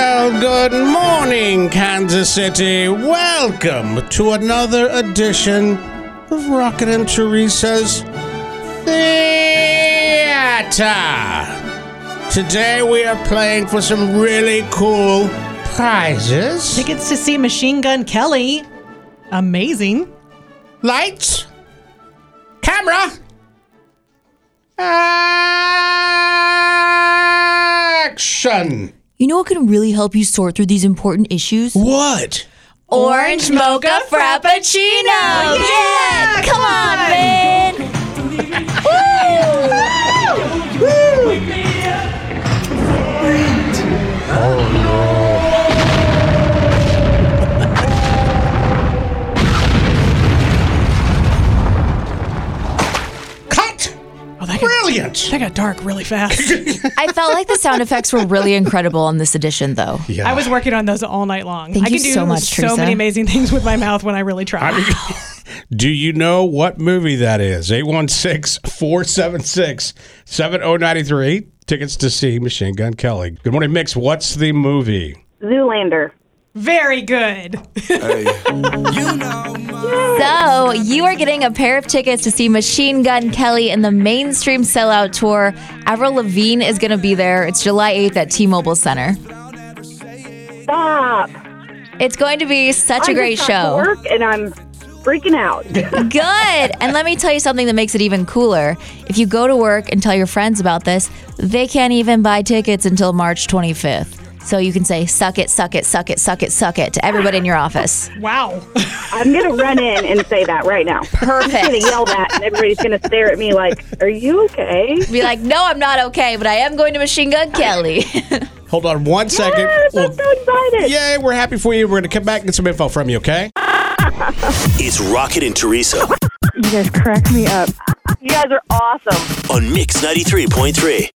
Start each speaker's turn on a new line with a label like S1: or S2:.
S1: Good morning, Kansas City. Welcome to another edition of Rocket and Teresa's Theater. Today we are playing for some really cool prizes.
S2: Tickets to see Machine Gun Kelly. Amazing.
S1: Lights, camera, action.
S3: You know what can really help you sort through these important issues?
S1: What?
S3: Orange mocha frappuccino! Oh, Yeah! Come on, man!
S1: Cut!
S2: Oh, that
S1: Brilliant!
S2: Got, that got dark really fast.
S3: I felt like the sound effects were really incredible on this edition, though.
S1: Yeah.
S2: I was working on those all night long.
S3: Thank
S2: I
S3: you
S2: can do
S3: so much,
S2: so
S3: Teresa.
S2: many amazing things with my mouth when I really try.
S1: Do you know what movie that is? 816 476 7093. Tickets to see Machine Gun Kelly. Good morning, Mix. What's the movie?
S4: Zoolander.
S2: Very good.
S3: So, you are getting a pair of tickets to see Machine Gun Kelly in the mainstream sellout tour. Avril Lavigne is going to be there. It's July 8th at T Mobile Center.
S4: Stop.
S3: It's going to be such a
S4: I
S3: great
S4: just got to
S3: show.
S4: Work and I'm freaking out.
S3: Good. And let me tell you something that makes it even cooler. If you go to work and tell your friends about this, they can't even buy tickets until March 25th. So you can say, suck it, suck it, suck it, suck it, suck it to everybody in your office.
S2: Wow.
S4: I'm gonna run in and say that right now. I'm
S3: Perfect.
S4: gonna yell that, and everybody's gonna stare at me like, "Are you okay?"
S3: Be like, no, I'm not okay, but I am going to Machine Gun Kelly.
S1: Hold on one second.
S4: Yes,
S1: We'll-
S4: I'm so excited.
S1: Yay, we're happy for you. We're going to come back and get some info from you, okay?
S5: It's Rocket and Teresa
S4: You guys are awesome.
S5: on Mix 93.3.